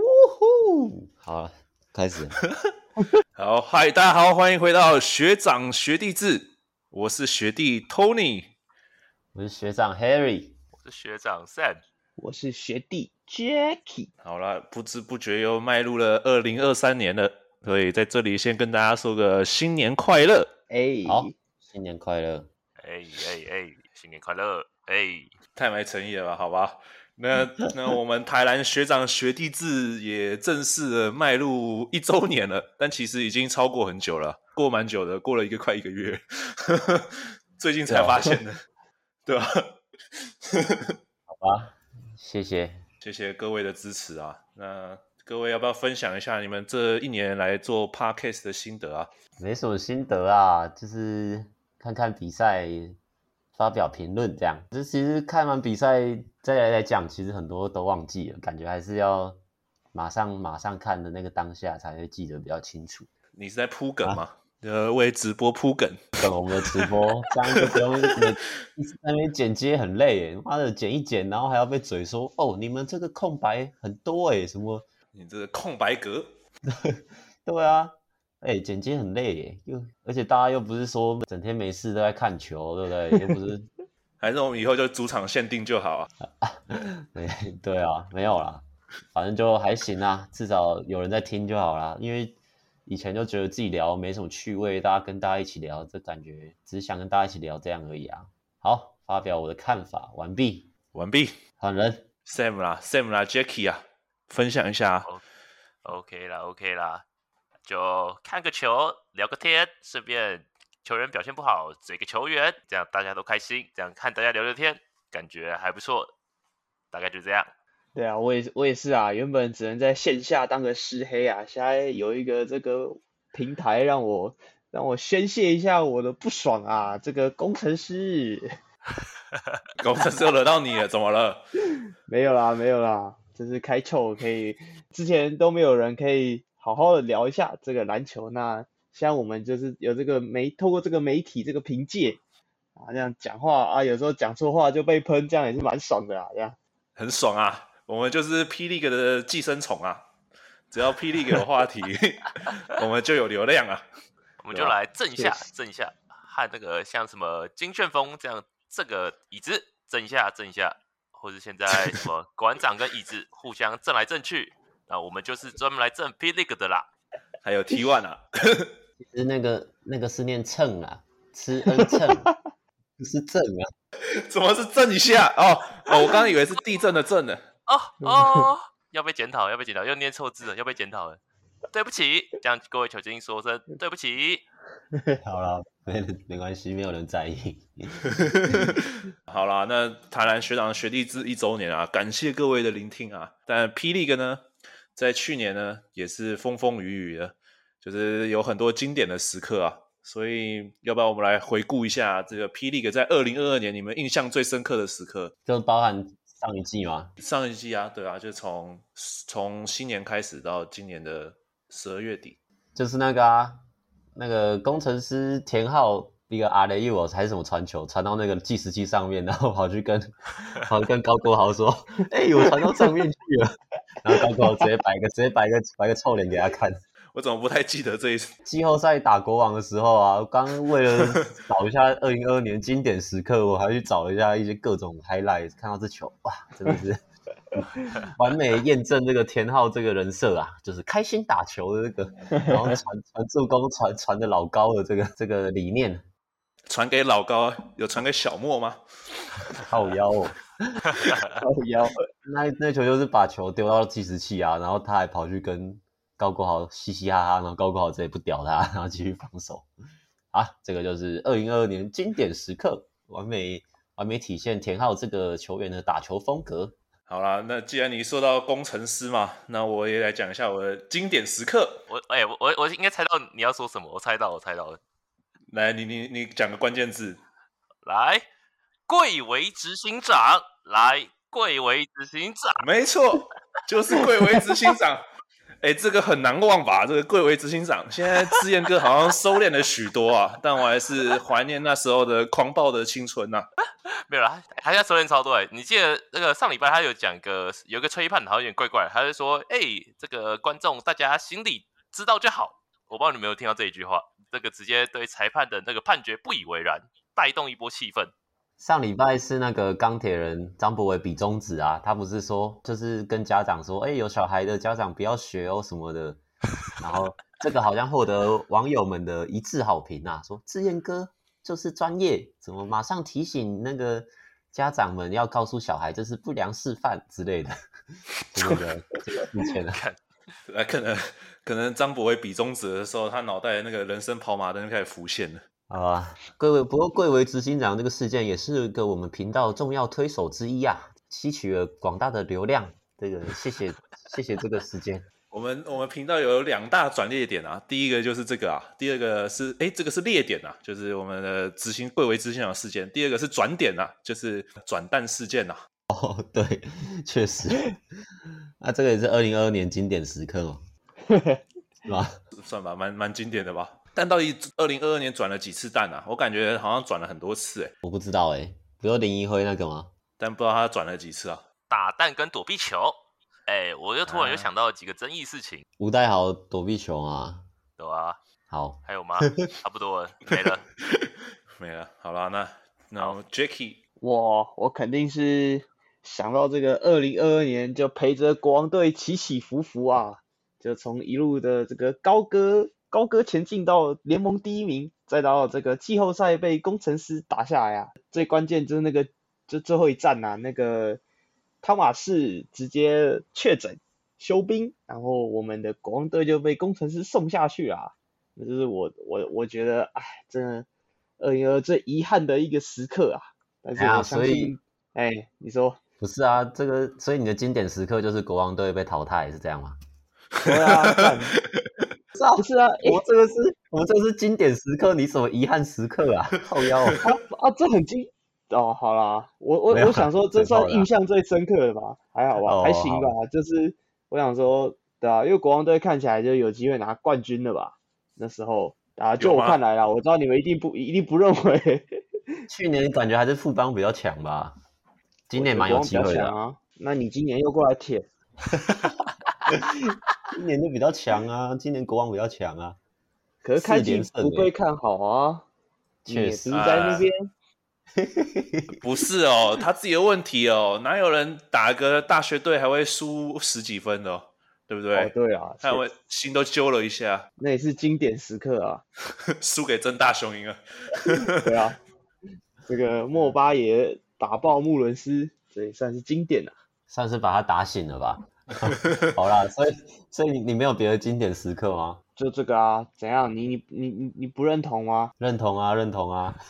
呜，好了，开始。好，嗨，大家好，欢迎回到学长学弟制，我是学弟 Tony。我是学长 Harry，我是学长 Sam，我是学弟 Jacky。好啦，不知不觉又迈入了二零二三年了，所以在这里先跟大家说个新年快乐。哎，好，新年快乐！哎哎哎，新年快乐！哎，太没诚意了吧？好吧， 那那我们台南学长学弟制也正式的迈入一周年了，但其实已经超过很久了，过蛮久的，过了一个快一个月， 最近啊才发现的，对吧、好吧，谢谢。谢谢各位的支持啊！那各位要不要分享一下你们这一年来做 podcast 的心得啊？没什么心得啊，就是看看比赛，发表评论这样。这其实看完比赛再来来讲，其实很多都忘记了，感觉还是要马上马上看的那个当下才会记得比较清楚。你是在铺梗吗？呃，为直播铺梗。等我们的直播，这样就不用每一直在那边剪接很累耶，妈的剪一剪，然后还要被嘴说哦，你们这个空白很多哎，什么？你这个空白格，对啊，哎、剪接很累耶，又而且大家又不是说整天没事都在看球，对不对？又不是，还是我们以后就主场限定就好啊？对对啊，没有啦，反正就还行啊，至少有人在听就好啦。因为以前就觉得自己聊没什么趣味，大家跟大家一起聊，这感觉只是想跟大家一起聊这样而已啊。好，发表我的看法完毕，完毕换人。 ，Sam 啦，Sam 啦，Jackie 啊，分享一下啊。 OK 啦，OK 啦，就看个球，聊个天，顺便球员表现不好，嘴个球员，这样大家都开心，这样看大家聊聊天，感觉还不错。大概就这样。对啊，我也是，我也是啊。原本只能在线下当个师黑啊，现在有一个这个平台让我让我宣泄一下我的不爽啊。这个工程师工程师又惹到你了，怎么了？没有啦，没有啦，这是开窍可以，之前都没有人可以好好的聊一下这个篮球。那现在我们就是有这个媒，透过这个媒体这个凭借啊，这样讲话啊，有时候讲错话就被喷，这样也是蛮爽的啊，这样。很爽啊！我们就是霹雳 e 的寄生虫啊，只要霹雳 e 有话题， 我们就有流量啊。我们对就啊来震一确下实，震一下，和那个像什么金旋风这样，这个椅子震一下，震一下，或者现在什么馆长跟椅子互相震来震去，那我们就是专门来震 P League 的啦。还有 T One 啊，其实那个那个是念秤啊，吃恩秤，不是正啊。 怎么是震一下？哦哦，我刚刚以为是地震的震呢。 哦哦，要被检讨，要被检讨，又念错字了，要被检讨了。对不起，这样各位球精说声对不起。好了，没人没关系，没有人在意。好啦，那台南学长学弟制一周年啊，感谢各位的聆听啊。但霹雳哥呢，在去年呢也是风风雨雨的，就是有很多经典的时刻啊。所以，要不要我们来回顾一下这个霹雳哥在二零二二年你们印象最深刻的时刻？就包含上一季嘛，上一季啊，对啊，就从从新年开始到今年的十二月底，就是那个啊，那个工程师田浩一个阿雷 U 还是什么传球，传到那个计时器上面，然后跑去跟跑去跟高国豪说：“哎、我传到上面去了。”然后高国豪直接摆个直接摆个摆个臭脸给他看。我怎么不太记得这一次？季后赛打国王的时候啊，我刚为了找一下二零二二年经典时刻，我还去找了一下一些各种 highlight，看到这球，哇，真的是完美验证这个田浩这个人设啊，就是开心打球的这个，然后传传助攻传传的老高的这个这个理念，传给老高，有传给小莫吗？靠腰哦。靠腰， 那那球就是把球丢到计时器啊，然后他还跑去跟高国豪嘻嘻哈哈，然后高国豪直接不屌他，然后继续防守。啊，这个就是二零二二年经典时刻，完美完美体现田浩这个球员的打球风格。好啦，那既然你说到工程师嘛，那我也来讲一下我的经典时刻。我哎、我我我应该猜到你要说什么，我猜到，我猜到了。来，你你你讲个关键字，来，贵为执行长，来，贵为执行长，没错，就是贵为执行长。 哎，这个很难忘吧？这个贵为执行长，现在志燕哥好像收敛了许多啊， 但我还是怀念那时候的狂暴的青春呐、啊没有啦，他他现在收敛超多哎！你记得那个上礼拜他有讲个有一个吹判，好像有点怪怪的，他就说：“哎、这个观众大家心里知道就好。”我不知道你有没有听到这一句话，这个直接对裁判的那个判决不以为然，带动一波气氛。上礼拜是那个钢铁人张博伟比中指啊，他不是说就是跟家长说，哎、有小孩的家长不要学哦什么的，然后这个好像获得网友们的一致好评啊，说志燕哥就是专业，怎么马上提醒那个家长们要告诉小孩这是不良示范之类的，什么的，以前的哎，可能可能张博伟比中指的时候，他脑袋那个人生跑马灯就开始浮现了。啊，贵为不过贵为执行长这个事件也是个我们频道重要推手之一啊，吸取了广大的流量。这个谢谢谢谢这个事件，我们我们频道有两大转捩点啊，第一个就是这个啊，第二个是哎，这个是列点啊，就是我们的执行贵为执行长事件。第二个是转点啊，就是转蛋事件呐、啊。哦， 对，确实，那这个也是二零二二年经典时刻哦，是吧？算吧，蛮蛮经典的吧。但到底二零二二年转了几次蛋啊？我感觉好像转了很多次哎、我不知道哎、不是林一辉那个吗？但不知道他转了几次啊。打蛋跟躲避球，哎、我又突然又想到几个争议事情，吴代豪躲避球啊，对吧、好，还有吗？差不多了，没了。没了，好啦，那那我们 Jacky 我我肯定是想到这个二零二二年，就陪着国王队起起伏伏啊，就从一路的这个高歌高歌前进到联盟第一名，再到这个季后赛被工程师打下来啊。最关键就是那个就最后一战呐、啊，那个汤马士直接确诊休兵，然后我们的国王队就被工程师送下去啊。那就是我我我觉得，哎，真的二零二最遗憾的一个时刻啊。但是哎呀我相所以信，哎、你说，不是啊，这个所以你的经典时刻就是国王队被淘汰是这样吗？对啊， 干是啊不是啊，哎、我这个是，我这个是经典时刻，你什么遗憾时刻啊？靠腰、哦， 啊啊，这很经哦，好啦，我我没有啊我想说，这嘴炮算啦印象最深刻的吧？还好吧，哦还行好吧，就是我想说，对啊，因为国王队看起来就有机会拿冠军了吧？那时候啊，就有我吗看来啦，我知道你们一定不一定不认为，去年感觉还是富邦比较强吧， 今年蛮有机会国王比较的强，啊。那你今年又过来舔，今年就比较强啊，今年国王比较强啊，可是开四季连胜不欸被看好啊，你也确不是实在那啊边不是哦，他自己的问题哦，哪有人打个大学队还会输十几分的、哦，对不对？哦，对啊，他还会心都揪了一下，那也是经典时刻 啊。输给真大雄鹰了。对啊，这个莫巴也打爆穆伦斯，这也算是经典啊了、算是把他打醒 了吧。好啦，所以所以你你没有别的经典时刻吗？就这个啊，怎样？你你你你你不认同吗？认同啊，认同啊。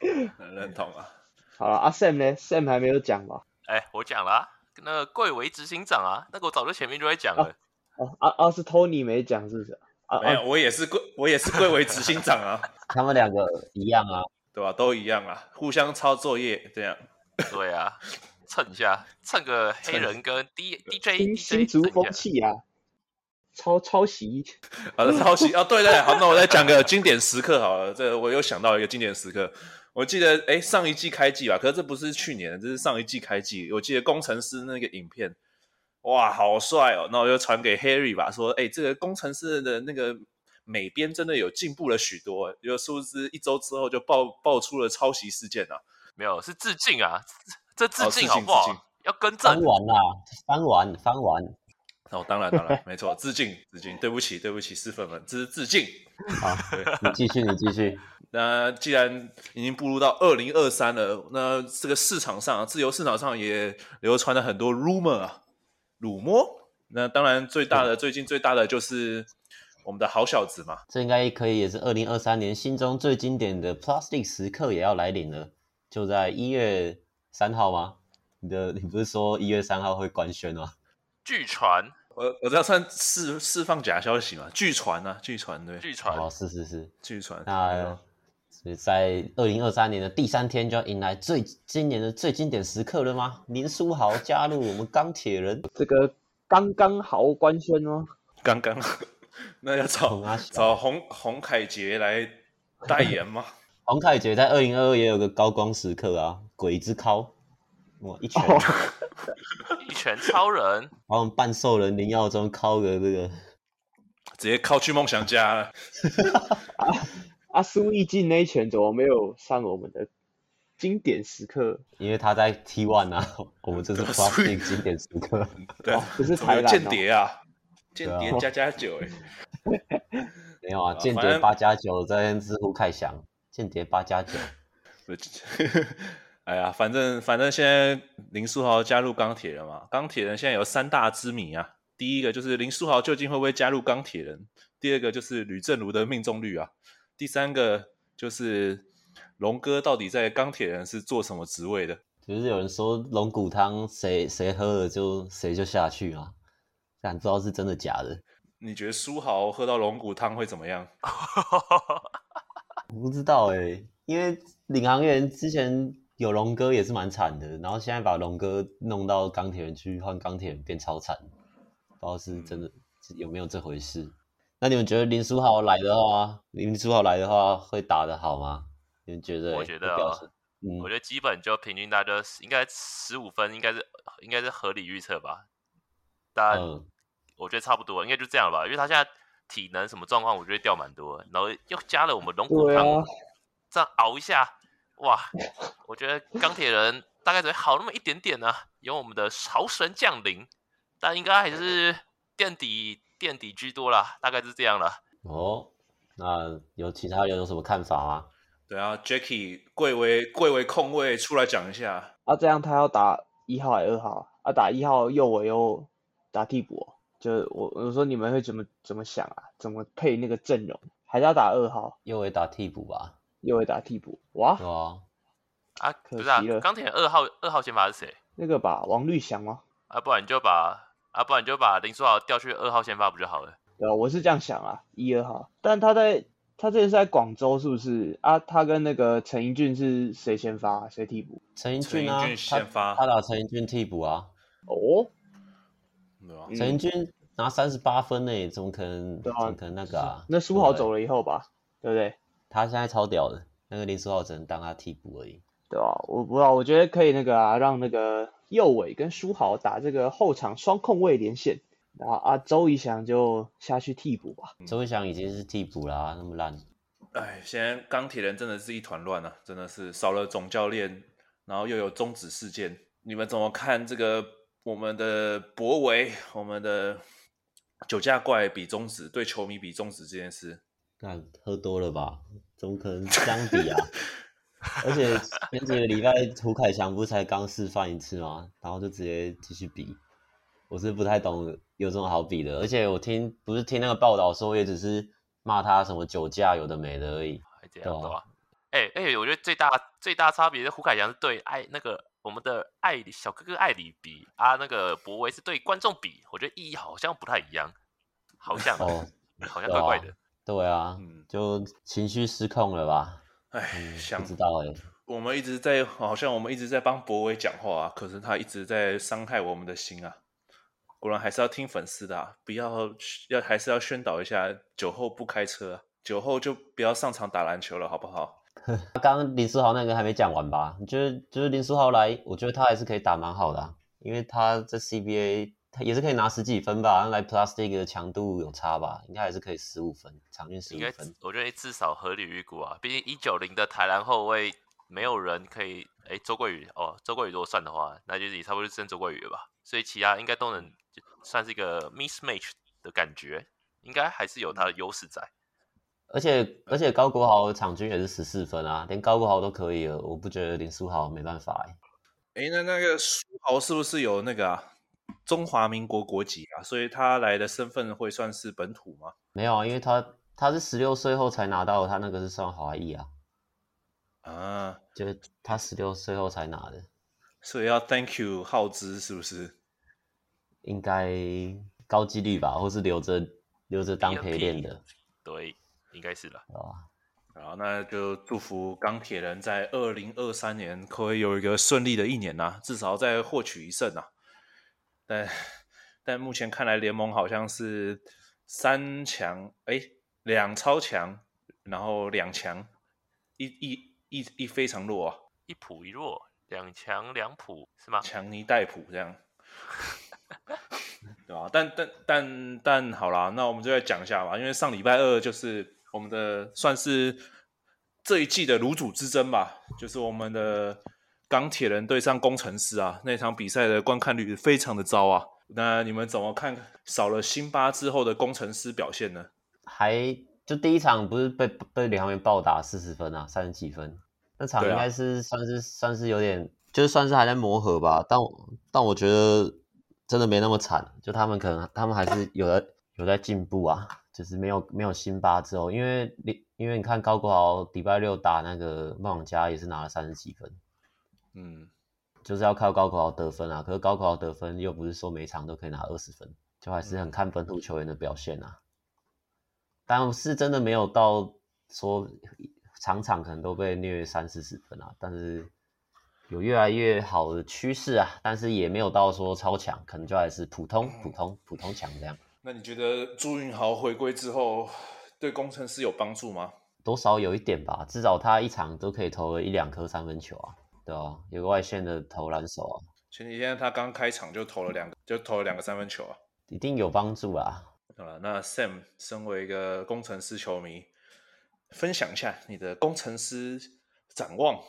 认同啊，好了，阿、Sam 呢？Sam 还没有讲吧？哎、我讲了、啊，那个贵为执行长啊，那个我早就前面就在讲了。哦，啊啊是 Tony 没讲是不是？啊没有，啊，我也是贵，我也是贵为执行长啊， 他们两个一样啊，对吧？都一样啊，互相抄作业这样。对啊，蹭一下，蹭个黑蹭人跟 D DJ 新新 DJ 竹蹭一风下气啊，抄抄袭，好的，抄袭哦，对对，好，那我再讲个经典时刻好了。这个我又想到一个经典时刻，我记得哎，上一季开季吧，可是这不是去年，这是上一季开季。我记得工程师那个影片，哇，好帅哦！那我就传给 Harry 吧，说哎，这个工程师的那个美编真的有进步了许多，有殊不知一周之后就爆爆出了抄袭事件啊。没有是致敬啊，这这哦致敬致好敬不致敬好？要更翻正，完啦，翻完，翻完。哦，当然当然， 没错，致敬致敬，对不起对不起，师粉们，这是致敬。好，你继续，你 继续。那既然已经步入到二零二三了，那这个市场上、自由市场上也流传了很多 rumor 啊，辱没。那当然，最大的、最近最大的就是我们的好小子嘛，这应该可以也是二零二三年心中最经典的 Plastic 时刻也要来临了，就在一月三号吗？你的你不是说一月三号会官宣吗？据传我我这样算释释放假消息嘛？据传啊，据传对，据传哦，是是是，据传。那是啊在二零二三年的第三天就要迎来 最今年的最经典时刻了吗？林书豪加入我们钢铁人，这个刚刚好官宣哦。刚刚那要找从阿小找洪洪凯杰来代言吗？黄凯杰在二零二二也有个高光时刻啊，鬼之尻，哇，一拳哦，一拳超人， 把我们半兽人林耀宗敲个这个，直接靠去梦想家了。阿啊苏易进那一拳怎么没有上我们的经典时刻？因为他在 T one 啊， 我们这是 Plastic 经典时 刻，对啊，不是怎么台有篮哦间谍啊，间对啊谍加加九哎，没有啊，啊间反谍正八加九在是胡凯翔，间谍八加九，不是 哎呀，反正反正现在林书豪加入钢铁人嘛，钢铁人现在有三大之谜啊。第一个就是林书豪究竟会不会加入钢铁人？第二个就是吕正如的命中率啊。第三个就是龙哥到底在钢铁人是做什么职位的？就是有人说龙骨汤谁谁喝了就谁就下去嘛，但不知道是真的假的，你觉得书豪喝到龙骨汤会怎么样？我不知道哎、因为领航员之前有龙哥也是蛮惨的，然后现在把龙哥弄到钢铁人去换钢铁人变超惨，不知道是真嗯的是有没有这回事。那你们觉得林书豪来的话，林书豪来的话会打得好吗？你们觉得欸？我觉得会表哦现嗯，我觉得基本就平均大家应该十五分，应该是应该是合理预测吧。但嗯，我觉得差不多，应该就这样了吧，因为他现在体能什么状况，我觉得掉蛮多的，然后又加了我们龙骨对啊汤，这样熬一下，哇，我觉得钢铁人大概只会好那么一点点呢、有我们的潮神降临，但应该还是垫底垫底居多啦，大概是这样了。哦，那有其他人有什么看法吗？对啊 j a c k i e 贵为贵为控卫出来讲一下，啊，这样他要打一号还是二号啊？啊，打一号右我又打替补哦，就是我我说你们会怎么怎么想啊？怎么配那个阵容？还是要打二号，右为打替补吧，右会打替补？哇对，啊，啊，可不是啊惜了，钢铁人二号二号先发是谁？那个吧，王绿翔吗？啊，不然你就把啊，不然你就把林书豪调去二号先发不就好了？对啊，我是这样想啊，一二号，但他在他之前是在广州是不是啊？他跟那个陈英俊是谁先发谁替补？陈英陈俊英啊俊，先他他发，打陈英俊替补啊，哦，对吧？嗯陈英俊拿三十八分呢，怎么可能？对啊怎么可能那个啊？那苏豪对走了以后吧，对不对？他现在超屌的，那个林书豪只能当他替补而已。对吧、我不知道，我觉得可以那个啊，让那个右伟跟舒豪打这个后场双控卫连线，然后啊周怡翔就下去替补吧。周慧翔已经是替补啦、那么烂，哎，现在钢铁人真的是一团乱啊，真的是少了总教练，然后又有终止事件，你们怎么看这个我们的博维，我们的酒驾怪比中指对球迷比中指这件事？那喝多了吧？怎么可能相比 啊？而且前几个礼拜涂凯翔不是才刚示范一次吗？然后就直接继续比，我是不太懂有这种好比的。而且我听不是听那个报道说，也只是骂他什么酒驾有的没的而已。还这对样啊对吧？哎哎、我觉得最大最大差别是胡凯翔是对艾那个我们的艾里小哥哥艾里比啊，那个博维是对观众比，我觉得意义好像不太一样，好像啊、哦，好像对怪怪啊的。，对啊，嗯就情绪失控了吧？哎，嗯，想不知道哎、我们一直在，好像我们一直在帮博伟讲话啊，可是他一直在伤害我们的心啊。果然还是要听粉丝的、啊，不要要还是要宣导一下，酒后不开车啊，酒后就不要上场打篮球了，好不好？刚刚林书豪那个还没讲完吧？你觉得就是林书豪来，我觉得他还是可以打蛮好的、啊，因为他在 CBA 他也是可以拿十几分吧，来 Plastic 的强度有差吧，应该还是可以十五分，场均十应五该分。我觉得至少合理预估啊，毕竟一九零的台篮后卫没有人可以哎、周桂宇哦，周桂宇如果算的话，那就是也差不多就剩周桂宇了吧，所以其他应该都能就算是一个 mismatch 的感觉，应该还是有嗯它的优势在。而且而且高国豪场均也是十四分啊，连高国豪都可以了，我不觉得林书豪没办法哎、诶，那那个书豪是不是有那个啊中华民国国籍啊？所以他来的身份会算是本土吗？没有啊，因为他他是十六岁后才拿到，他那个是算华裔啊，啊，就是他十六岁后才拿的，所以要 thank you 浩之是不是？应该高几率吧，或是留着留着当陪练的，哦对，应该是了。对吧？好，那就祝福钢铁人在二零二三年啊可以有一个顺利的一年呐、至少再获取一胜呐、但但目前看来，联盟好像是三强，哎，两超强，然后两强，一一一一非常弱啊，一普一弱，两强两普是吗？强尼戴普这样，对吧？但但但但好啦，那我们就来讲一下吧，因为上礼拜二就是我们的算是这一季的卤煮之争吧，就是我们的钢铁人对上工程师啊，那场比赛的观看率非常的糟啊。那你们怎么看少了辛巴之后的工程师表现呢？还就第一场不是被被领航员暴打四十分啊，三十几分，那场对啊应该是算是、算是有点，就是算是还在磨合吧。但我但我觉得真的没那么惨，就他们可能他们还是有在有在进步啊，就是没有没有辛巴之后，因为你因为你看高国豪礼拜六打那个梦想家也是拿了三十几分，嗯，就是要靠高国豪得分啊。可是高国豪得分又不是说每场都可以拿二十分，就还是很看本土球员的表现啊。但是真的没有到说场场可能都被虐三四十分啊，但是有越来越好的趋势啊，但是也没有到说超强，可能就还是普通普通普通强这样，那你觉得朱云豪回归之后对工程师有帮助吗？多少有一点吧，至少他一场都可以投了一两颗三分球啊，对吧、有个外线的投篮手啊，前几天他刚开场就投了两个，就投了两个三分球啊。一定有帮助啊，好了，那 Sam 身为一个工程师球迷，分享一下你的工程师展望，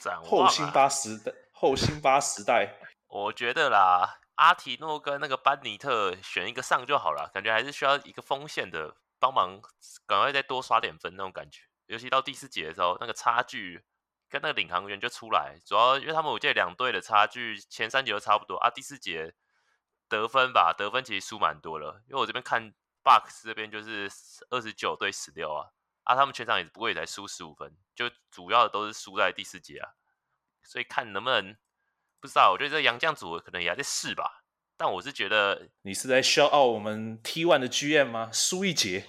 展望后辛啊，巴时代，后辛巴时代，我觉得啦，阿提诺跟那个班尼特选一个上就好了，感觉还是需要一个锋线的帮忙，赶快再多刷点分那种感觉。尤其到第四节的时候，那个差距跟那个领航员就出来，主要因为他们我记得两队的差距前三节都差不多啊，第四节得分吧，得分其实输蛮多了，因为我这边看 Box 这边就是二十九对十六啊，啊，他们全场也不过也才输十五分，就主要都是输在第四节啊，所以看能不能不知道，我觉得这杨将组可能也还在试吧，但我是觉得你是在笑傲我们 T One 的 GM 吗？输一节，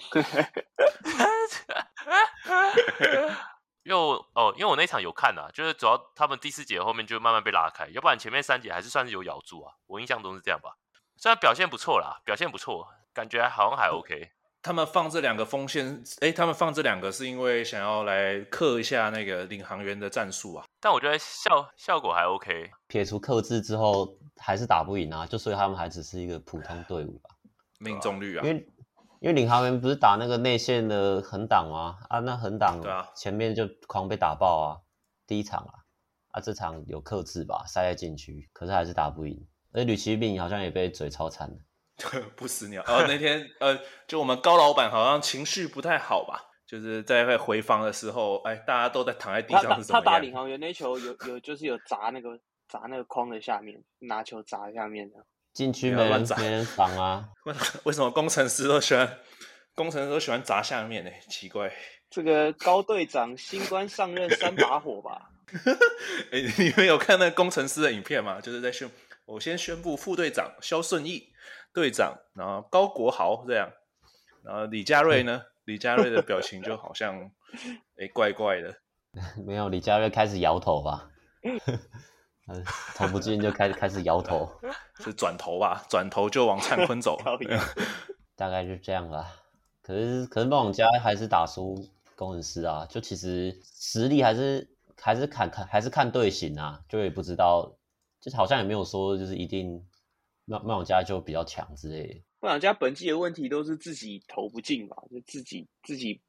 因为我哦，因为我那一场有看啊，就是主要他们第四节后面就慢慢被拉开，要不然前面三节还是算是有咬住啊，我印象中是这样吧。虽然表现不错啦，表现不错，感觉好像还 OK。他们放这两个锋线，诶，他们放这两个是因为想要来克一下那个领航员的战术啊。但我觉得效效果还 OK，撇除克制之后，还是打不赢啊，就所以他们还只是一个普通队伍吧。命中率啊因，为因为领航员不是打那个内线的横挡吗？啊，那横挡对啊前面就狂被打爆啊，第一场啊，啊这场有克制吧，塞在禁区，可是还是打不赢。而且吕奇斌好像也被嘴超惨了， 不死鸟。呃，那天呃，就我们高老板好像情绪不太好吧，就是在回防的时候，哎，大家都在躺在地他上打是怎他么打领样？航员那球有有就是有砸那个砸那个框的下面，拿球砸下面的。禁区不要没人乱砸没人防啊， 为 为什么工程师都喜欢工程师都喜欢砸下面呢、奇 怪，这个高队长新官上任三把火吧？。哎，你们有看那工程师的影片吗？就是在宣，我先宣布副队长肖顺义，队长，然后高国豪这样，然后李佳瑞呢？李佳瑞的表情就好 像，哎，怪怪的。没有李佳瑞开始摇头吧， 嗯投不进就开始开始摇头，是转头吧，转头就往灿坤 走讨厌，大概就这样吧。可是可是梦想家还是打输工程师啊，就其实实力还是还是看看还是看队形啊，就也不知道，就好像也没有说就是一定梦梦想家就比较强之类的。不然家本季的问题都是自己投不进吧，就自己自己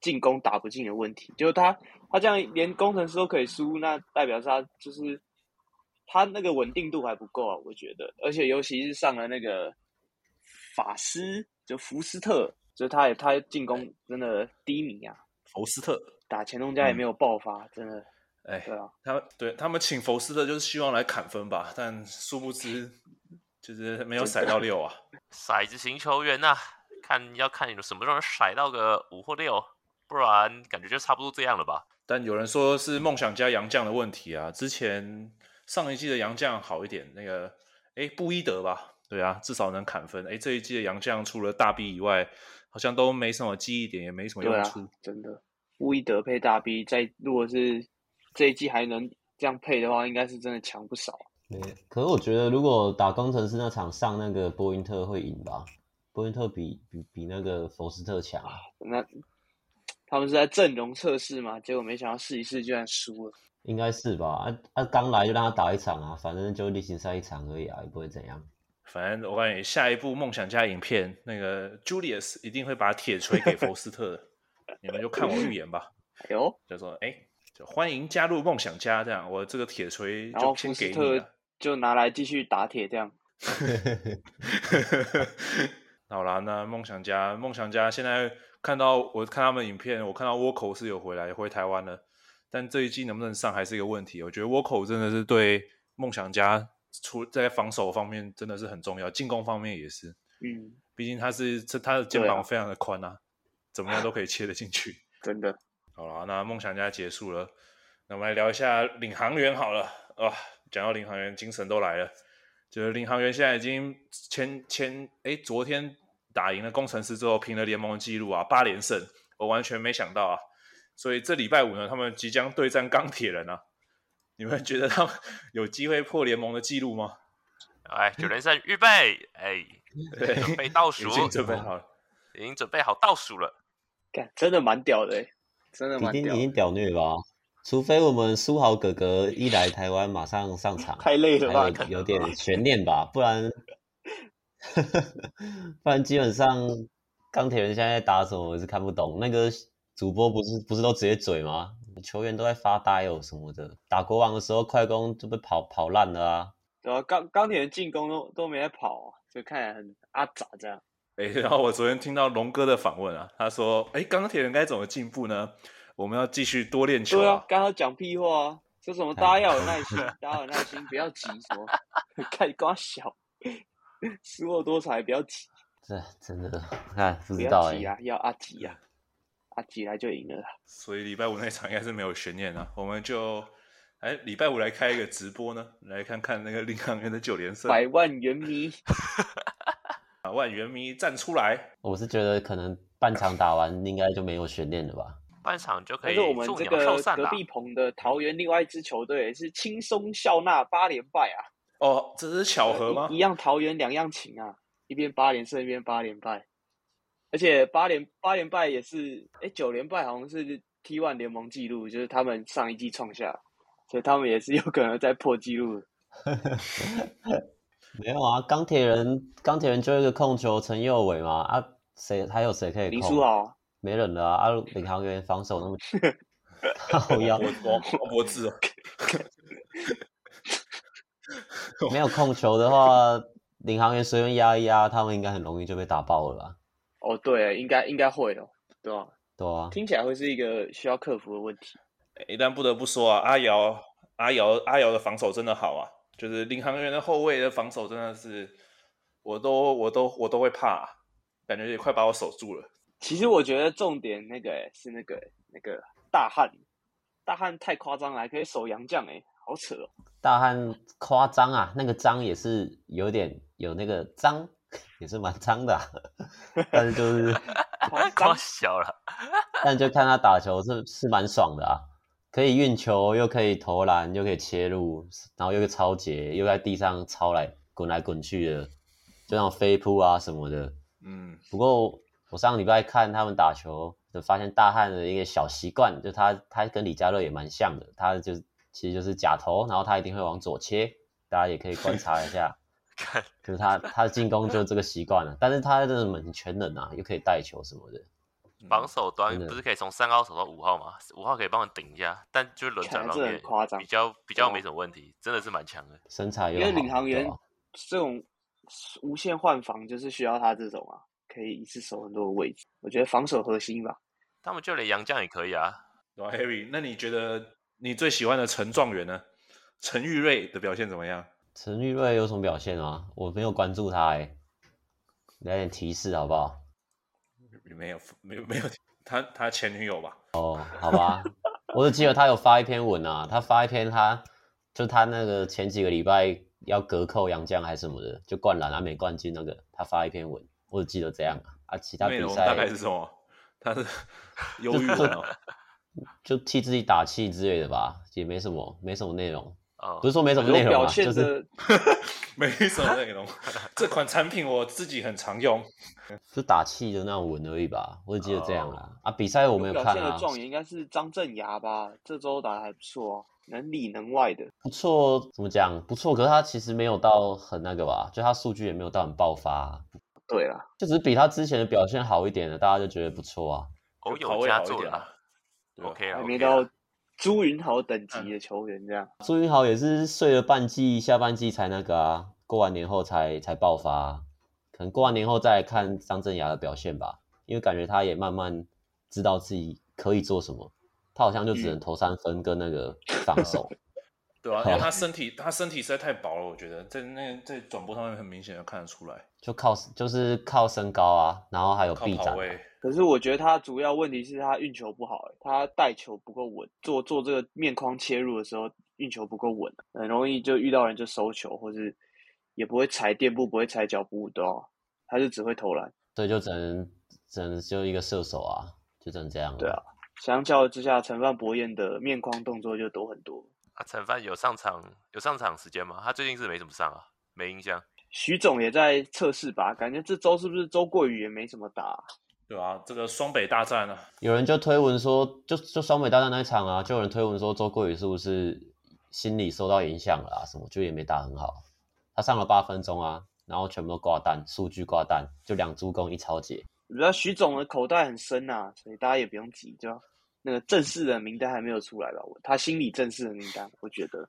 进攻打不进的问题。就是他他这样连工程师都可以输，那代表是他就是他那个稳定度还不够啊，我觉得。而且尤其是上了那个法师，就福斯特，就他也他进攻真的低迷啊，福斯特，打前东家也没有爆发，真的哎，对啊。他对他们请福斯特就是希望来砍分吧，但殊不知就是没有甩到六啊。骰子型球员呐、看要看你什么时候能骰到个五或六，不然感觉就差不多这样了吧。但有人说是梦想家杨将的问题啊，之前上一季的杨将好一点，那个哎布伊德吧，对啊，至少能砍分。哎，这一季的杨将除了大 B 以外，好像都没什么记忆点，也没什么对用啊处。，真的，乌伊德配大 B，在如果是这一季还能这样配的话，应该是真的强不少。啊对，可是我觉得如果打工程师那场上那个波因特会赢吧，波因特比比比那个佛斯特强啊，那他们是在阵容测试嘛，结果没想到试一试居然输了。应该是吧？啊啊，刚来就让他打一场啊，反正就例行赛一场而已啊，也不会怎样。反正我告诉你，下一部梦想家影片，那个 Julius 一定会把铁锤给佛斯特的，你们就看我预言吧。哎呦，就说哎，就欢迎加入梦想家，这样我这个铁锤然后就福先斯给你特了。就拿来继续打铁，这样 好啦，那梦想家，梦想家现在看到我看他们影片，我看到倭寇是有回来，回台湾了，但这一季能不能上还是一个问题。我觉得倭寇真的是对梦想家出在防守方面真的是很重要，进攻方面也是，嗯，毕竟他是这他的肩对啊膀非常的宽啊，怎么样都可以切得进去。真的好了，那梦想家结束了，那我们来聊一下领航员好了啊。讲到领航员，精神都来了。就是领航员现在已经前前哎，昨天打赢了工程师之后，平了联盟记录啊，八连胜，我完全没想到啊。所以这礼拜五呢，他们即将对战钢铁人啊。你们觉得他们有机会破联盟的记录吗？哎，九连胜预备，哎， 对准备倒数已，经准备好了。已经准备好倒数了。干真的蛮屌的、欸，真的迪蛮丁屌已的经屌虐吧？除非我们苏豪哥哥一来台湾马上上场，太累了吧还？有有点悬 念吧，不然 不然基本上钢铁人现在在打什么我是看不懂。那个主播不是不是都直接嘴吗？球员都在发呆哦什么的。打国王的时候，快攻就被跑跑烂了啊。对啊，钢钢铁人进攻都都没在跑、啊，就看起来很阿杂这样。哎，然后我昨天听到龙哥的访问啊，他说：“哎，钢铁人该怎么进步呢？我们要继续多练球对啊，刚刚讲屁话啊，说什么大家要有 耐心，大家有耐心，不要急，什么 看瓜小，失落多才，不要急，这真的，哎，不不知要道哎、急啊，要阿吉呀、啊，阿吉来就赢了啦。所以礼拜五那场应该是没有悬念了、 我们就哎礼拜五来开一个直播呢，来看看那个领航员的九连胜，百万元迷，万元迷站出来。我是觉得可能半场打完应该就没有悬念了吧。半场就可但以是我们送这鸟个跳啊伞隔啦。壁棚的桃园另外一支球队是轻松笑纳八连败啊，哦，这是巧合吗一一？样桃园两样情啊，一边八连胜，一边八连败，而且八连八连败也是，哎、九连败好像是 T One 联盟纪录，就是他们上一季创下，所以他们也是有可能在破纪录的。没有啊，钢铁人钢铁人就一个控球陈佑伟嘛啊，谁还有谁可以控？林书豪啊，没人了啊！啊，领航员防守 那么靠腰，我我脖子哦，没有控球的话，领航员随便压一压，他们应该很容易就被打爆了吧？哦对，应该应该会哦，对吧、对啊，听起来会是一个需要克服的问题。哎但不得不说啊，阿瑶阿瑶阿瑶的防守真的好啊，就是领航员的后卫的防守真的是，我都我都我都会怕啊、感觉也快把我守住了。其实我觉得重点那个、欸、是那个、那个大汉，大汉太夸张了，还可以守洋将哎、好扯哦。大汉夸张啊，那个脏也是有点有那个脏， 也是蛮脏的啊、但是就是，夸夸张小哎了， 但就看他打球是是蛮爽的啊，可以运球，又可以投篮，又可以切入，然后又可以超节，又在地上超来滚来滚去的，就那种飞扑啊什么的。嗯，不过我上礼拜看他们打球，就发现大汉的一个小习惯，就他他跟李佳乐也蛮像的，他就其实就是假投，然后他一定会往左切，大家也可以观察一下，看就是他他的进攻就是这个习惯了，但是他真的很全能啊，又可以带球什么的，嗯防守端真的不是可以从三号守到五号吗？五号可以帮我顶一下，但就是轮转看来方这很面夸张比较比较对啊没什么问题，真的是蛮强的。身材又因为好领航员对啊吧这种无限换防就是需要他这种啊，可以一次守很多个位置。我觉得防守核心吧，他们就连杨绛也可以啊，对吧，Harry？那你觉得你最喜欢的陈状元呢？陈玉瑞的表现怎么样？陈玉瑞有什么表现吗？我没有关注他哎、来点提示好不好？没有，没有，没有，他他前女友吧？哦好吧，我只记得他有发一篇文啊，他发一篇他就他那个前几个礼拜要隔扣杨绛还是什么的，就灌篮啊没冠军那个，他发一篇文，我只记得这样啊，啊其他内比容大赛概是什么？他是 忧郁症哦。就替自己打气之类的吧，也没什么没什么内容，哦不，是说没什么内容表啊，现就的、是没什么内 容。这款产品我自己很常用，就打气的那种文而已吧，我只记得这样啦。啊，比赛我没哦有表看现的啊，状元应该是张镇牙吧？这周打的还不错、哦，能里能外的。不错，怎么讲不错？可是他其实没有到很那个吧，就他数据也没有到很爆发啊、对啦，就只是比他之前的表现好一点的，大家就觉得不错啊。偶跑哦有位佳好一作点啦啊。对吧 OK 啊还，OK 没啦到。朱云豪等级的球员这样。朱云豪也是睡了半季，下半季才那个啊，过完年后才才爆发啊、可能过完年后再看张镇雅的表现吧，因为感觉他也慢慢知道自己可以做什么，他好像就只嗯能投三分跟那个防守。对啊，好因为他身体他身体实在太薄了，我觉得在那在转播上面很明显的看得出来，就靠就是靠身高啊，然后还有靠臂跑展啊、位。可是我觉得他主要问题是他运球不好、欸，他带球不够稳，做做这个面框切入的时候运球不够稳，很容易就遇到人就收球，或是也不会踩垫步，不会踩脚步都要，他就只会投篮。所以就只能只能就一个射手啊，就只能这样了。对啊，相较之下，陈范博彦的面框动作就多很多。啊，陈帆有上场有上场时间吗？他最近是没怎么上啊，没 印象。徐总也在测试吧，感觉这周是不是周桂宇也没什么打、对啊，这个双北大战啊，有人就推文说，就就双北大战那一场啊，就有人推文说周桂宇是不是心理受到影响了啊？什么就也没打很好，他上了八分钟啊，然后全部都挂单，数据挂单，就两助攻一超解。你知道徐总的口袋很深呐、所以大家也不用急，就那个正式的名单还没有出来吧？我他心里正式的名单，我觉得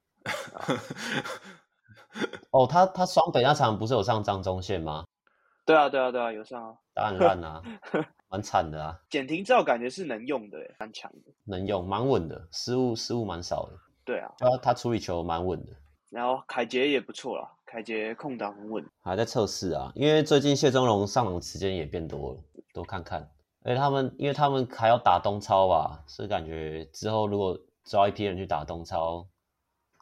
哦，他他双北那场不是有上张忠宪吗？对啊，对啊，对啊，有上啊。当然 烂啊，蛮惨的啊，简廷照感觉是能用的，哎，蛮强的。能用蛮稳的，失误失误蛮少的，对啊，他他处理球蛮稳的。然后凯杰也不错啦，凯杰空档很稳。还在测试啊，因为最近谢宗龙上场时间也变多了，多看看。而且他们，因为他们还要打东超吧，所以感觉之后如果招一批人去打东超，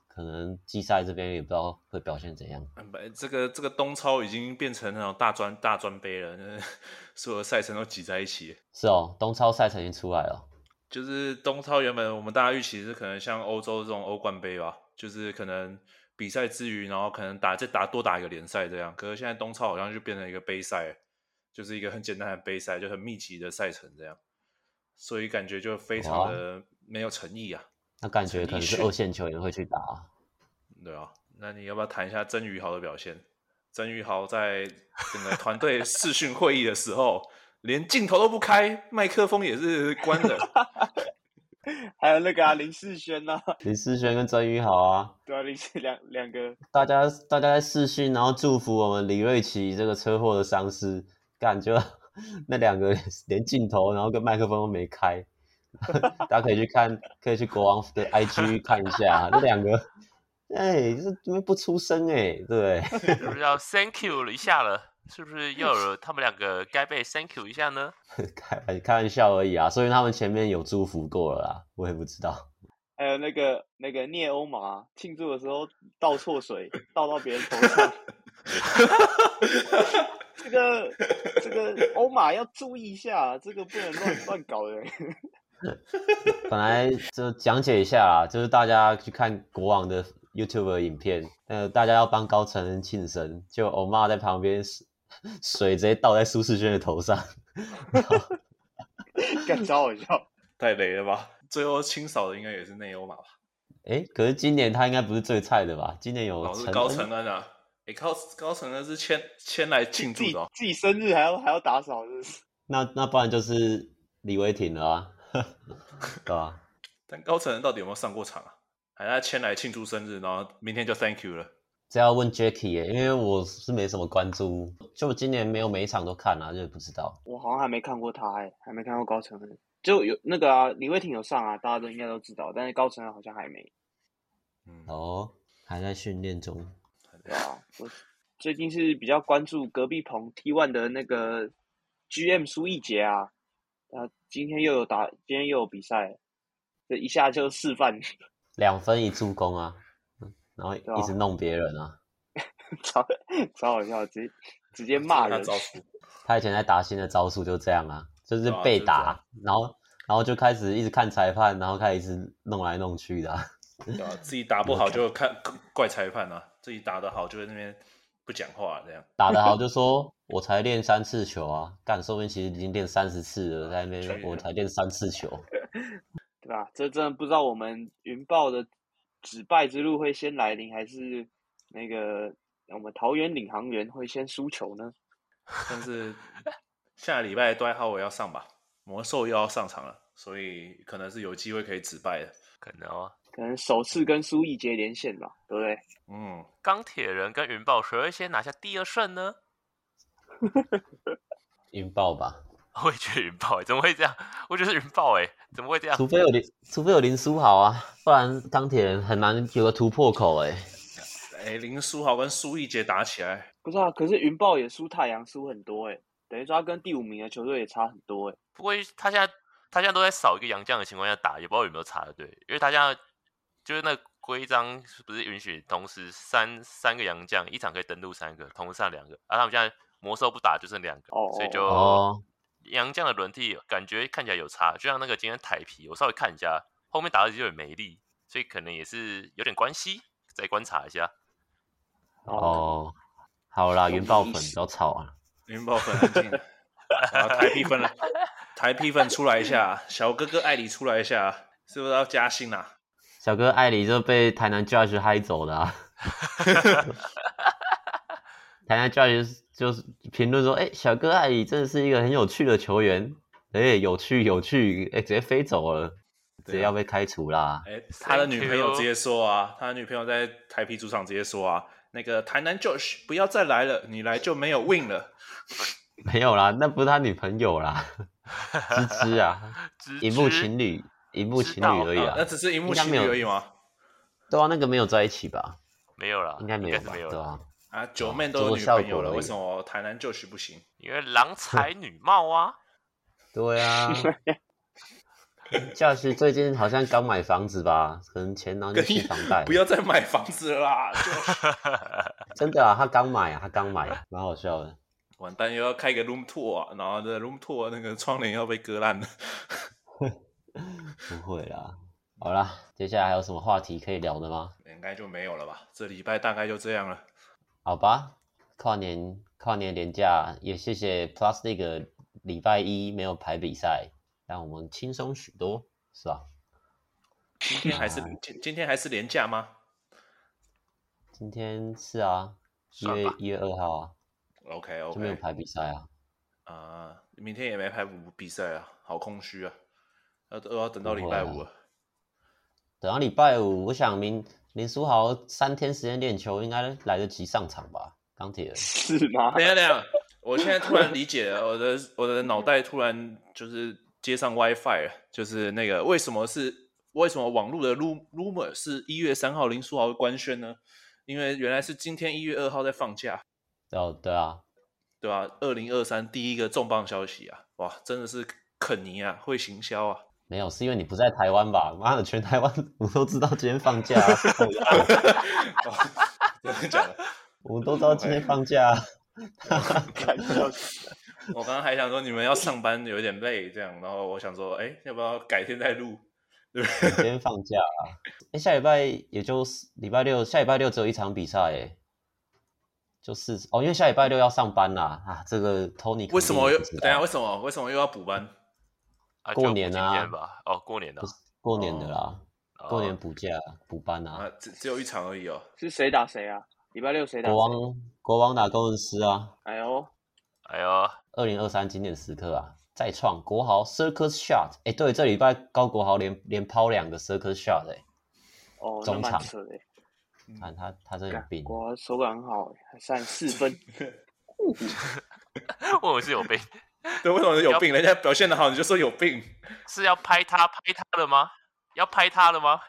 可能季赛这边也不知道会表现怎样。嗯不这个这个东超已经变成那种大专大专杯了，那 所有的赛程都挤在一起。是哦，东超赛程已经出来了，就是东超原本我们大家预期是可能像欧洲这种欧冠杯吧，就是可能比赛之余，然后可能打再打多打一个联赛这样。可是现在东超好像就变成一个杯赛，就是一个很简单的杯赛，就很密集的赛程这样，所以感觉就非常的没有诚意啊，那感觉可能是陈奕迅二线球员会去打啊、对啊，那你要不要谈一下曾宇豪的表现？曾宇豪在整个团队视讯会议的时候，连镜头都不开，麦克风也是关的。还有那个啊，林世轩呐、林思轩跟曾宇豪啊，对啊，林世两两个，大家大家在视讯，然后祝福我们李瑞奇这个车祸的伤势，感觉 那两个连镜头，然后跟麦克风都没开， 大家可以去看，可以去国王的 IG 看一下，啊那两个，哎，这怎么不出声哎，对不对？ 是不是要 thank you 了一下了？是不是要有他们两个该被 thank you 一下呢？开开玩笑而已啊，所以他们前面有祝福过了啦，我也不知道，还有那个那个聂欧马庆祝的时候倒错水，倒到别人头上。这个这个欧马要注意一下，啊这个不能乱乱搞的。 本来就讲解一下啦，就是大家去看国王的 YouTube 影片，呃，大家要帮高承恩庆生，就欧妈在旁边水水直接倒在舒适轩的头上，干超好笑。太雷了吧！最后清扫的应该也是内欧马吧？诶，可是今年他应该不是最菜的吧？今年有哦，是陈高恩承恩啊！诶，高高承恩是签签来庆自祝己的、哦，自己生日还要还要打扫，真是那那不然就是李维廷了啊， 对吧、但高承恩到底有没有上过场啊？还是他签来庆祝生日，然后明天就 Thank you 了。这要问 Jacky 耶、因为我是没什么关注，就今年没有每一场都看啊，就不知道。我好像还没看过他哎、还没看过高承恩，就有那个啊，李慧婷有上啊，大家都应该都知道，但是高承恩好像还没，嗯，哦，还在训练中。对啊，我最近是比较关注隔壁棚 T One 的那个 GM 苏奕杰啊，啊，今天又有打，今天又有比赛，这一下就示范两分一助攻啊，然后对啊一直弄别人啊。超超好笑，直接直接骂他人，招数，他以前在达新的招数就这样啊，就是对啊被就是这打，样然后然后就开始一直看裁判，然后开始一直弄来弄去的啊、对吧、自己打不好就看怪裁判啊，自己打得好就在那边不讲话这样。打得好就说我才练三次球啊，干，说不定其实已经练三十次了，在那边确我才练三次球，对吧？这真的不知道我们云豹的止败之路会先来临，还是那个我们桃园领航员会先输球呢？但是下礼拜端浩我要上吧，魔兽又要上场了，所以可能是有机会可以止败的。可能哦。可能首次跟苏一杰连线吧，对不对？嗯，钢铁人跟云豹谁会先拿下第二胜呢？ 引爆吧。我也觉得云豹、欸，怎么会这样？我觉得是云豹哎、怎么会这样？除非有林，除非有林书豪啊，不然钢铁人很难有个突破口哎、哎，林书豪跟苏奕杰打起来，不是啊，可是云豹也输太阳输很多诶、欸等于说他跟第五名的球队也差很多欸诶、不过他现在他现在都在少一个洋将的情况下打，也不知道有没有差的对，因为他现在就是那个规章是不是允许同时三三个洋将一场可以登录三个，同时上两个，而、他们现在魔兽不打就剩两个，哦所以就哦，洋将的轮替感觉看起来有差，就像那个今天台皮，我稍微看一下，后面打的就有点没力，所以可能也是有点关系，再观察一下。 哦，好啦，有云爆意粉思不要吵啊。云豹粉安静了，然后台币粉了，台币粉出来一下，小哥哥艾里出来一下，是不是要加薪啊？小哥艾里就被台南 Judge 嗨走了、啊，台南 Judge 就是评论说：“哎、小哥艾里真的是一个很有趣的球员，哎、有趣有趣，哎、直接飞走了，直接对啊要被开除啦。哎，他的 Thank 女朋友 you 直接说啊，他的女朋友在台皮主场直接说啊，那个台南 Josh 不要再来了，你来就没有 win 了。没有啦，那不是他女朋友啦，芝芝 啊，只荧幕情侣，荧幕情侣而已啊那啦。只是荧啊幕应该情没侣有而已吗？对啊，那个没有在一起吧？没有啦，应该没有是吧？没有对啦，啊，啊，九妹都做有做女效朋友果了，而为已什么台南 Josh 不行？因为郎才女貌啊。对啊。教师最近好像刚买房子吧，可能钱拿去跟付房贷。不要再买房子了啦 j 真的啊，他刚买啊，他刚买、啊，蛮好笑的。完蛋又要开一个 room tour，啊、然后这 room tour 那个窗帘要被割烂了。不会啦，好啦，接下来还有什么话题可以聊的吗？应该就没有了吧？这礼拜大概就这样了。好吧，跨年跨年连假也谢谢 Plus 那个礼拜一没有排比赛，让我们轻松许多，是吧？今天还啊是今今天还是连假吗今天是啊，一算月吧一月二号啊， ？OK 就没有 OK 排比赛啊。啊、明天也没排五比赛啊，好空虚啊，要都要等到礼啊拜五了。等到礼拜五，我想明林书豪三天时间练球，应该来得及上场吧？钢铁人，是吗等？一下等一下，我现在突然理解了，我的我的脑袋突然就是接上 WiFi 了，就是那个为什么是为什么网络的 rum rumor 是一月三号林书豪会官宣呢？因为原来是今天一月二号在放假，哦，对啊，对吧、2二零二三第一个重磅消息啊，哇，真的是肯尼啊，会行销啊！没有，是因为你不在台湾吧？妈的，全台湾 我都知道今天放 假啊、真的假的？我们都知道今天放 假啊、我刚刚还想说你们要上班有点累这样，然后我想说，哎，要不要改天再录？今天放假啊！哎、下礼拜也就是礼拜六，下礼拜六只有一场比赛，哎，就是哦，因为下礼拜六要上班啦啊，这个 Tony 肯定为什么又不知道等一下？为什么为什么又要补班？啊，过就年今啊天吧，哦，过年啊，过年的啦，哦过年补假补班啊，啊，只只有一场而已哦。是谁打谁啊？礼拜六谁打国谁？王国王打工人师啊，哎呦，哎呦， 二零二三经典时刻啊，再创国豪 Circus Shot，哎、对，这礼拜高国豪连连抛两个 Circus Shot，哎、哦，那中蛮场扯的、欸。看他他真有干病，啊国王手感很好、欸，还剩四分。我是有被对，为什么有病？人家表现的好，你就说有病。是要拍他拍他了吗？要拍他了吗？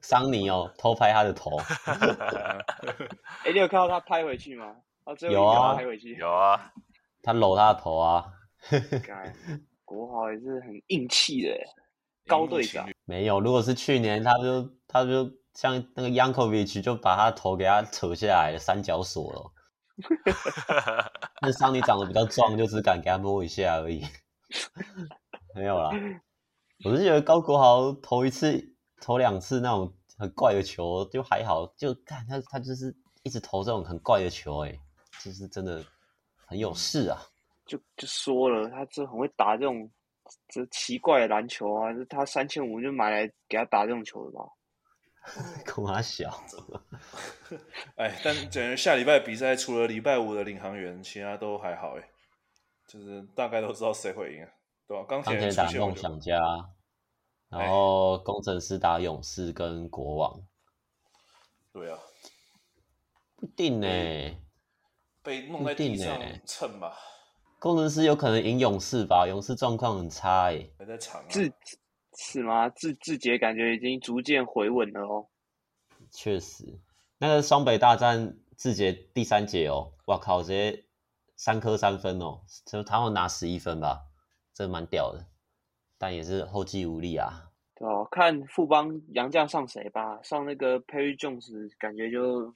桑尼哦偷拍他的头，哎、你有看到他拍回去吗？他最后一有秒啊拍回去。有啊，他搂他的头啊， 干国豪也是很硬气的、欸，高队长。没有，如果是去年，他就他就像那个 Yankovic 就把他头给他扯下来了，三角锁了。但桑尼长得比较壮，就只敢给他摸一下而已。没有啦，我是觉得高国豪头一次、头两次那种很怪的球，就还好，就看他他就是一直投这种很怪的球、欸，哎，就是真的很有事啊。 就就说了，他这很会打这种这奇怪的篮球啊，就他三千五就买来给他打这种球的吧？孔阿小，哎，但感觉下礼拜比赛除了礼拜五的领航员，其他都还好哎，就是大概都知道谁会赢啊，对吧、钢铁钢人铁出打现我梦就想家，哎然后工程师打勇士跟国王，对啊，不定呢、被弄不在定地上欸蹭吧，工程师有可能赢勇士吧？勇士状况很差哎、还在场啊，嗯志是吗？志志杰感觉已经逐渐回稳了哦。确实，那个双北大战志杰第三节哦，哇靠，直接三颗三分哦，就他们拿十一分吧，真蛮屌的，但也是后继无力啊。对哦，看富邦杨将上谁吧，上那个 Perry Jones 感觉就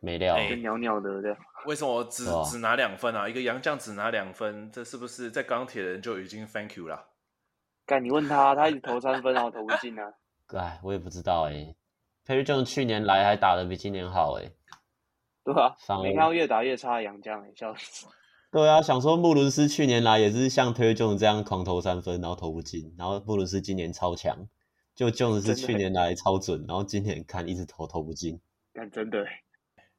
没料，哎就袅袅的这样。为什么我只是吧只拿两分啊？一个洋将只拿两分，这是不是在钢铁人就已经 thank you 啦？干你问他，他一直投三分，然后投不进啊。哎，我也不知道哎、Perry Jones 去年来还打得比今年好哎、对啊，反而没看到越打越差的杨将、欸，笑死！对啊，想说穆伦斯去年来也是像 Perry Jones 这样狂投三分，然后投不进，然后穆伦斯今年超强，就 Jones 真的是去年来超准，然后今年看一直投投不进，干真的欸、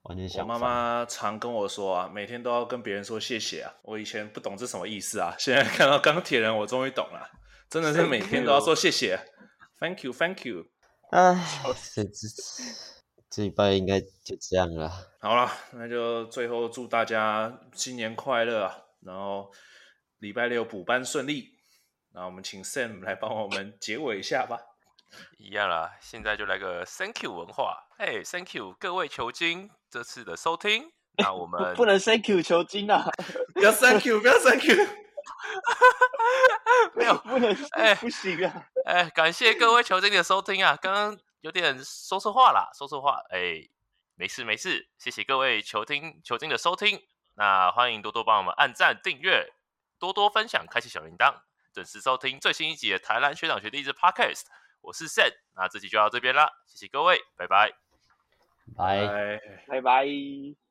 完全我想妈妈常跟我说啊，每天都要跟别人说谢谢啊。我以前不懂这什么意思啊， 现在看到钢铁人，我终于懂了，真的是每天都要说谢谢，thank 啊 you，thank you。唉，这这这礼拜应该就这样了。好啦，那就最后祝大家新年快乐啊！然后礼拜六补班顺利。那我们请 Sam 来帮我们结尾一下吧。一样啦，现在就来个 Thank you 文化。哎、t h a n k you 各位球精这次的收听。那 我们不不能 Thank you 球精啊，不要 Thank you，不要 Thank you。没有 不能哎不行啊。哎、感谢各位球经理的收听啊！刚刚有点说错话啦，说错话，哎、没事没事，谢谢各位球听球经的收听。那欢迎多多帮我们按赞、订阅，多多分享，开启小铃铛，准时收听最新一集的《台湾学长学弟之 Podcast》。我是 Sen，那这集就到这边啦，谢谢各位，拜拜。拜。哎。拜拜。